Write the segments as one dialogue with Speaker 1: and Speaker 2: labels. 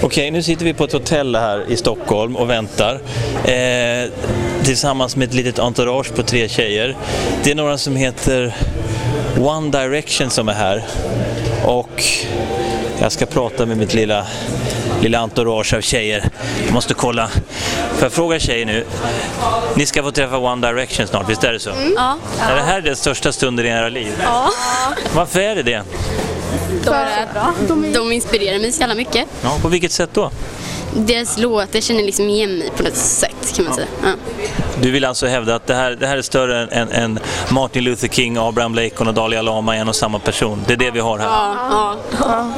Speaker 1: Okej, nu sitter vi på ett hotell här i Stockholm och väntar. Eh, tillsammans med ett litet entourage på tre tjejer. Det är några som heter One Direction som är här. Och jag ska prata med mitt lilla, lilla entourage av tjejer. Jag måste kolla. Får jag fråga tjejer nu? Ni ska få träffa One Direction snart, visst är det så?
Speaker 2: Mm. Ja.
Speaker 1: Är det här den största stunden i era liv?
Speaker 2: ja.
Speaker 1: Varför är det det?
Speaker 2: De, är bra. de inspirerar mig så jävla mycket.
Speaker 1: Ja, på vilket sätt då?
Speaker 2: Deras låtar känner liksom igen mig på något sätt kan man säga. Ja.
Speaker 1: Du vill alltså hävda att det här, det här är större än, än, än Martin Luther King, Abraham Lincoln och Dalai Lama är en och samma person? Det är det vi har här?
Speaker 2: Ja, ja.
Speaker 1: Ja,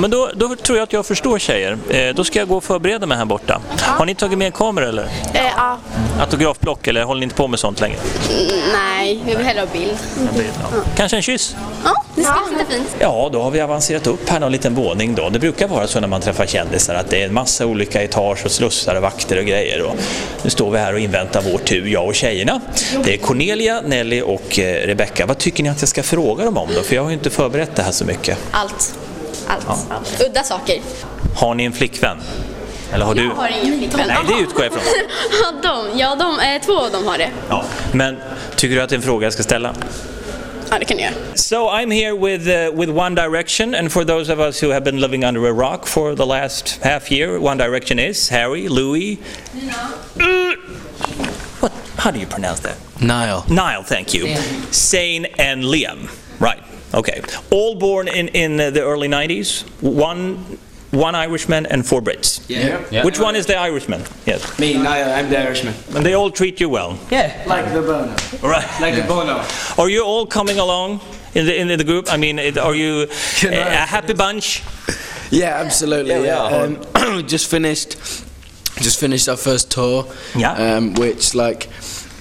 Speaker 1: Men då, då tror jag att jag förstår tjejer. Eh, då ska jag gå och förbereda mig här borta. Har ni tagit med en kamera eller?
Speaker 3: Eh, ja.
Speaker 1: Autografblock eller håller ni inte på med sånt längre?
Speaker 2: Mm, Nej, jag vill hellre ha bild.
Speaker 3: Mm.
Speaker 1: Kanske en kyss?
Speaker 2: Ja, det ska sitta fint.
Speaker 1: Ja, då har vi avancerat upp här någon liten våning då. Det brukar vara så när man träffar kändisar att det är en massa olika etage och slussar och vakter och grejer. Och nu står vi här och inväntar vår tur, jag och tjejerna. Det är Cornelia, Nelly och eh, Rebecca. Vad tycker ni att jag ska fråga dem om då? För jag har ju inte förberett det här så mycket.
Speaker 2: Allt. Allt. Udda saker.
Speaker 1: Har ni en flickvän? Eller har du?
Speaker 2: Jag har ingen flickvän.
Speaker 1: Nej, det utgår jag ifrån.
Speaker 2: Ja, de, ja de, eh, två av dem har det.
Speaker 1: Ja. Men tycker du att det är en fråga jag ska ställa?
Speaker 2: Ja, det kan jag göra.
Speaker 1: So I'm here with uh, with One Direction, and for those of us who have been living under a rock for the last half year, One Direction is Harry, Louis. Uh, What? How do you pronounce that?
Speaker 4: Niall.
Speaker 1: Niall, thank you. Sane and Liam. Right. Okay. All born in in uh, the early '90s. One. One Irishman and four Brits.
Speaker 4: Yeah.
Speaker 1: Which one is the Irishman? Yes.
Speaker 5: Me, Niall, I'm the Irishman.
Speaker 1: And they all treat you well.
Speaker 5: Yeah. Like the Bono.
Speaker 1: All right.
Speaker 5: Like the Bono.
Speaker 1: Are you all coming along in the in the group? I mean, it, are you a, a happy bunch?
Speaker 4: Yeah, absolutely.
Speaker 1: Yeah, we
Speaker 4: Yeah, Um, just finished, just finished our first tour.
Speaker 1: Yeah.
Speaker 4: Um, which like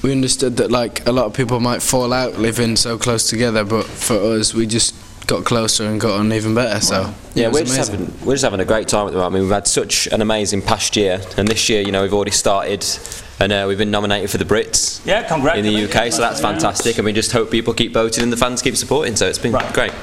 Speaker 4: we understood that like a lot of people might fall out living so close together, but for us, we just got closer and got on even better. So
Speaker 6: Yeah,
Speaker 4: it was
Speaker 6: we're just,
Speaker 4: amazing.
Speaker 6: having, we're just having a great time at the moment. I mean, we've had such an amazing past year, and this year, you know, we've already started, and uh, we've been nominated for the Brits
Speaker 1: Yeah,
Speaker 6: in
Speaker 1: congratulations.
Speaker 6: the UK, so that's fantastic. And we just hope people keep voting and the fans keep supporting. So it's been
Speaker 1: Right.
Speaker 6: great.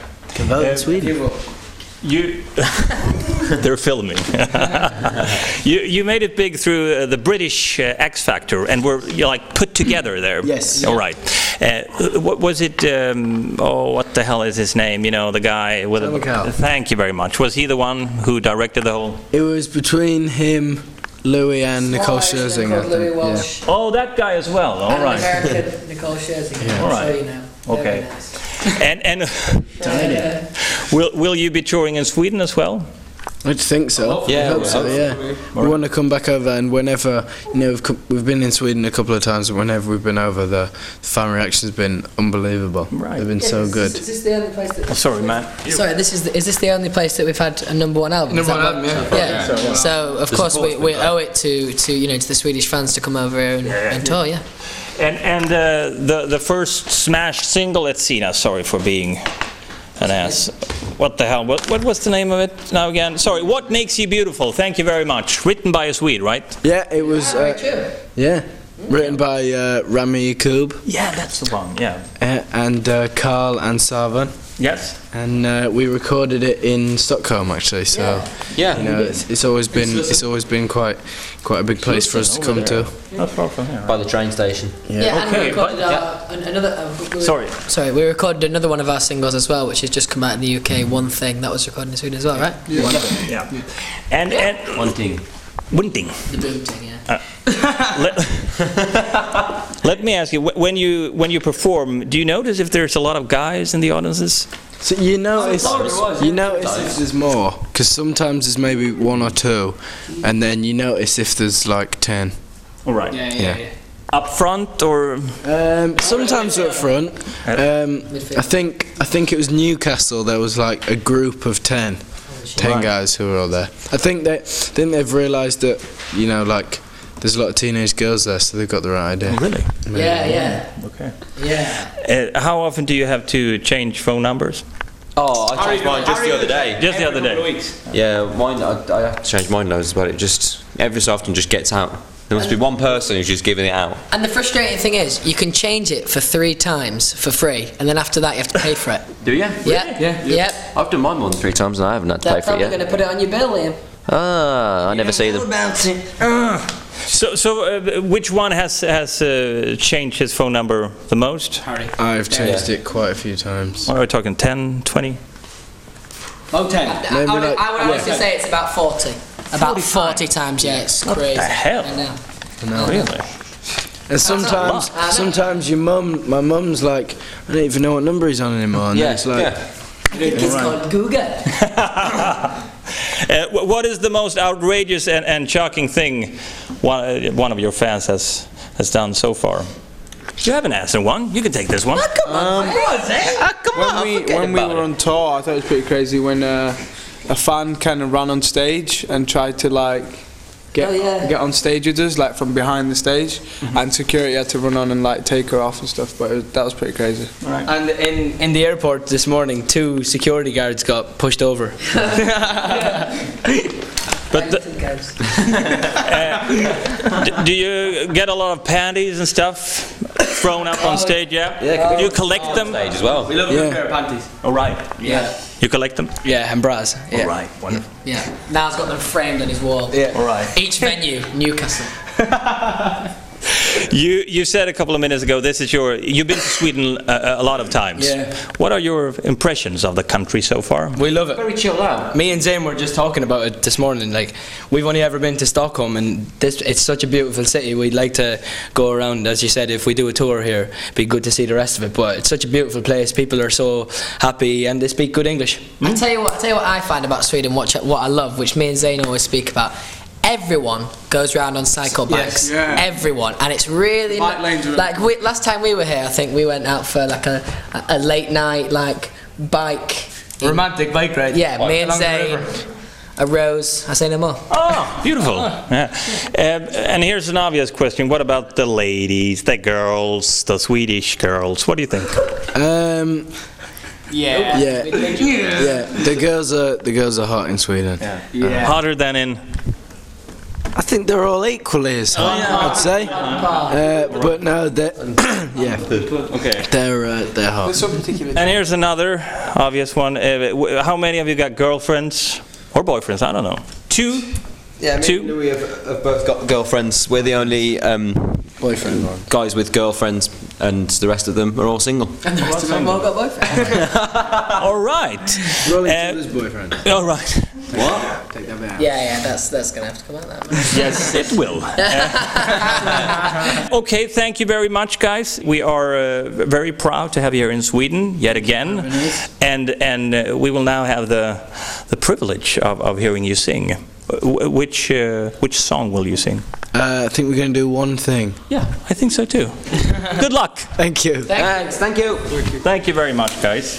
Speaker 1: You. They're filming. you you made it big through uh, the British uh, X Factor, and were you like put together there.
Speaker 4: Yes.
Speaker 1: All right. Uh, what was it? Um, oh, what the hell is his name? You know, the guy with.
Speaker 4: Simon Cowell.
Speaker 1: Thank you very much. Was he the one who directed the whole?
Speaker 4: It was between him, Louis, and Nicole Scherzinger. I think.
Speaker 7: Louis
Speaker 4: yeah.
Speaker 7: Walsh.
Speaker 1: Oh, that guy as well. All
Speaker 7: and
Speaker 1: right.
Speaker 7: American Nicole Scherzinger.
Speaker 1: All
Speaker 7: so
Speaker 1: right.
Speaker 7: you know.
Speaker 1: Okay.
Speaker 7: Very nice.
Speaker 1: And and uh, will will you be touring in Sweden as well?
Speaker 4: I'd think so.
Speaker 6: Yeah,
Speaker 4: I hope
Speaker 6: we
Speaker 4: so.
Speaker 6: hope.
Speaker 4: Yeah, we want to come back over, and whenever you know we've, co- we've been in Sweden a couple of times, and whenever we've been over, the fan reaction's been unbelievable.
Speaker 1: Right.
Speaker 4: They've been so
Speaker 7: Uh, Is this-
Speaker 4: good.
Speaker 7: Is this the only place that?
Speaker 1: Sorry, man.
Speaker 7: Sorry, this is the, is this the only place that we've had a number one album? Is
Speaker 4: Number
Speaker 7: that
Speaker 4: one
Speaker 7: what-
Speaker 4: album, yeah.
Speaker 7: yeah.
Speaker 1: uh,
Speaker 7: So of course we, we owe it to, to you know to the Swedish fans to come over here and, and tour. Yeah.
Speaker 1: And and uh, the the first smash single at Sina. Sorry for being an ass. What the hell? What what was the name of it now again? Sorry. What makes you beautiful? Thank you very much. Written by a Swede, right?
Speaker 4: Yeah, it was. Uh, yeah, written by uh, Rami Yacoub
Speaker 1: Yeah, that's the one. Yeah.
Speaker 4: uh, and uh, Carl and Savan,
Speaker 1: Yes.
Speaker 4: and uh, we recorded it in Stockholm actually. So
Speaker 6: Yeah.
Speaker 4: you know, it's, it's always been it's always been quite quite a big place for us to come to.
Speaker 1: Not far from here.
Speaker 6: By the train station.
Speaker 7: Yeah. and
Speaker 1: Okay,
Speaker 7: we recorded
Speaker 1: but-
Speaker 7: our, an- another. Uh, we- we-
Speaker 1: Sorry.
Speaker 7: Sorry, we recorded another one of our singles as well, which has just come out in the UK. One thing that was recorded in Sweden as well, right?
Speaker 1: Yeah. And and
Speaker 6: One thing.
Speaker 1: Winting.
Speaker 7: The boom thing, yeah.
Speaker 1: Let, let me ask you wh- when you when you perform, do you notice if there's a lot of guys in the audiences?
Speaker 4: So you notice,
Speaker 6: thought it was,
Speaker 4: you
Speaker 6: yeah.
Speaker 4: notice if there's more, because sometimes there's maybe one or two, and then you notice if there's like ten.
Speaker 1: All right.
Speaker 4: Yeah.
Speaker 1: Up front or
Speaker 4: Um, sometimes up front. Um, I think I think it was Newcastle. There was like a group of ten, ten guys who were all there. I think they think they've realised that you know like there's a lot of teenage girls there, so they've got the right idea.
Speaker 1: really?
Speaker 7: Yeah, yeah,
Speaker 1: Okay.
Speaker 7: yeah.
Speaker 1: Uh, how often do you have to change phone numbers?
Speaker 6: Oh, I changed mine just the other day.
Speaker 1: Just the other day.
Speaker 6: Yeah, mine. I, I have to change mine loads, but it just every so often just gets out. There must be one person who's just giving it out.
Speaker 7: And the frustrating thing is, you can change it for three times for free, and then after that you have to pay for it.
Speaker 6: Do you?
Speaker 7: Yeah, yeah, yeah.
Speaker 6: I've done mine more than three times, and I haven't had to
Speaker 7: They're probably going to put it on your bill, Liam.
Speaker 3: Ah, I never see them.
Speaker 1: So, so uh, which one has has uh, changed his phone number the most?
Speaker 5: Harry.
Speaker 4: I've changed it quite a few times.
Speaker 1: What are we talking, 10, 20?
Speaker 5: Oh, 10.
Speaker 7: I,
Speaker 4: Maybe
Speaker 7: would,
Speaker 4: like-
Speaker 7: I would honestly
Speaker 5: yeah.
Speaker 7: say it's about 40. About 40 times, yeah, it's crazy.
Speaker 1: the hell?
Speaker 7: I know.
Speaker 4: Oh,
Speaker 1: Really?
Speaker 4: And sometimes, sometimes your mum, my mum's like, I don't even know what number he's on anymore. And then
Speaker 6: Yeah,
Speaker 4: it's like,
Speaker 6: yeah.
Speaker 7: I think it's called Google.
Speaker 1: Uh, wh- what is the most outrageous and, and shocking thing one, uh, one of your fans has, has done so far? You haven't answered one. You can take this one.
Speaker 8: when we when we were on tour, I thought it was pretty crazy when uh, a fan kind of ran on stage and tried to like get
Speaker 7: Oh, yeah. Mm-hmm.
Speaker 8: get on stage with us, like from behind the stage, and security had to run on and like take her off and stuff. But it was, that was pretty crazy.
Speaker 5: And in, in the airport this morning, two security guards got pushed over.
Speaker 1: But the- D- do you get a lot of panties and stuff thrown up on stage? Yeah. yeah do you collect them?
Speaker 6: Stage as well.
Speaker 5: We love
Speaker 4: Yeah.
Speaker 5: a pair of panties.
Speaker 1: All right.
Speaker 5: Yeah.
Speaker 1: You collect them?
Speaker 5: Yeah, and bras. Yeah.
Speaker 1: All right. Wonderful.
Speaker 7: Yeah, now he's got them framed on his wall.
Speaker 1: All right.
Speaker 7: Each venue, Newcastle.
Speaker 1: You you said a couple of minutes ago this is your you've been to Sweden uh, a, a lot of times.
Speaker 5: Yeah.
Speaker 1: What are your impressions of the country so far?
Speaker 5: We love it.
Speaker 3: Very chilled out.
Speaker 5: Me and Zane were just talking about it this morning. Like, we've only ever been to Stockholm, and this it's such a beautiful city. We'd like to go around, as you said, if we do a tour here, it'd be good to see the rest of it. But it's such a beautiful place. People are so happy, and they speak good English.
Speaker 8: Hmm?
Speaker 7: I tell you what, I tell you what I find about Sweden, what, what I love, which me and Zayn always speak about. Everyone goes round on cycle bikes.
Speaker 8: Yeah.
Speaker 7: Everyone, and it's really
Speaker 8: Bike
Speaker 7: ni-
Speaker 8: lanes are-
Speaker 7: like we, last time we were here. I think we went out for like a, a late night like bike. in-
Speaker 5: Romantic bike ride.
Speaker 7: yeah, me and
Speaker 5: Along the
Speaker 7: Zayn, a rose. I say no more.
Speaker 1: Oh, beautiful. Yeah. Um, and here's an obvious question: What about the ladies, the girls, the Swedish girls? What do you think?
Speaker 4: um,
Speaker 5: Yeah.
Speaker 4: yeah, yeah. The girls are the girls are hot in Sweden.
Speaker 1: Hotter than in
Speaker 4: I think they're all equally as hot. I'd say. Uh, but no, they're yeah. Okay. They're uh, they're hot.
Speaker 8: Some particular.
Speaker 1: And here's another obvious one. Uh, w- how many of you got girlfriends or boyfriends? I don't know. Two.
Speaker 6: Yeah,
Speaker 1: me Two. and
Speaker 6: we have, both got girlfriends. We're the only um,
Speaker 4: Boyfriend.
Speaker 6: guys with girlfriends, and the rest of them are all single.
Speaker 7: And the rest of them all got boyfriends.
Speaker 1: All right.
Speaker 4: Rolling
Speaker 1: Uh,
Speaker 4: Stones boyfriend.
Speaker 1: All right.
Speaker 4: Take that back.
Speaker 7: yeah, yeah, that's that's gonna have to come out that. one.
Speaker 1: Yes, it will. Uh, okay, thank you very much, guys. We are uh, very proud to have you here in Sweden yet again, and and uh, we will now have the the privilege of, of hearing you sing. Uh, W- which uh, which song will you sing?
Speaker 4: Uh, I think we're gonna do one thing.
Speaker 1: Yeah, I think so too. Good luck.
Speaker 4: Thank you.
Speaker 5: Thanks. Thank you.
Speaker 1: Thank you very much, guys.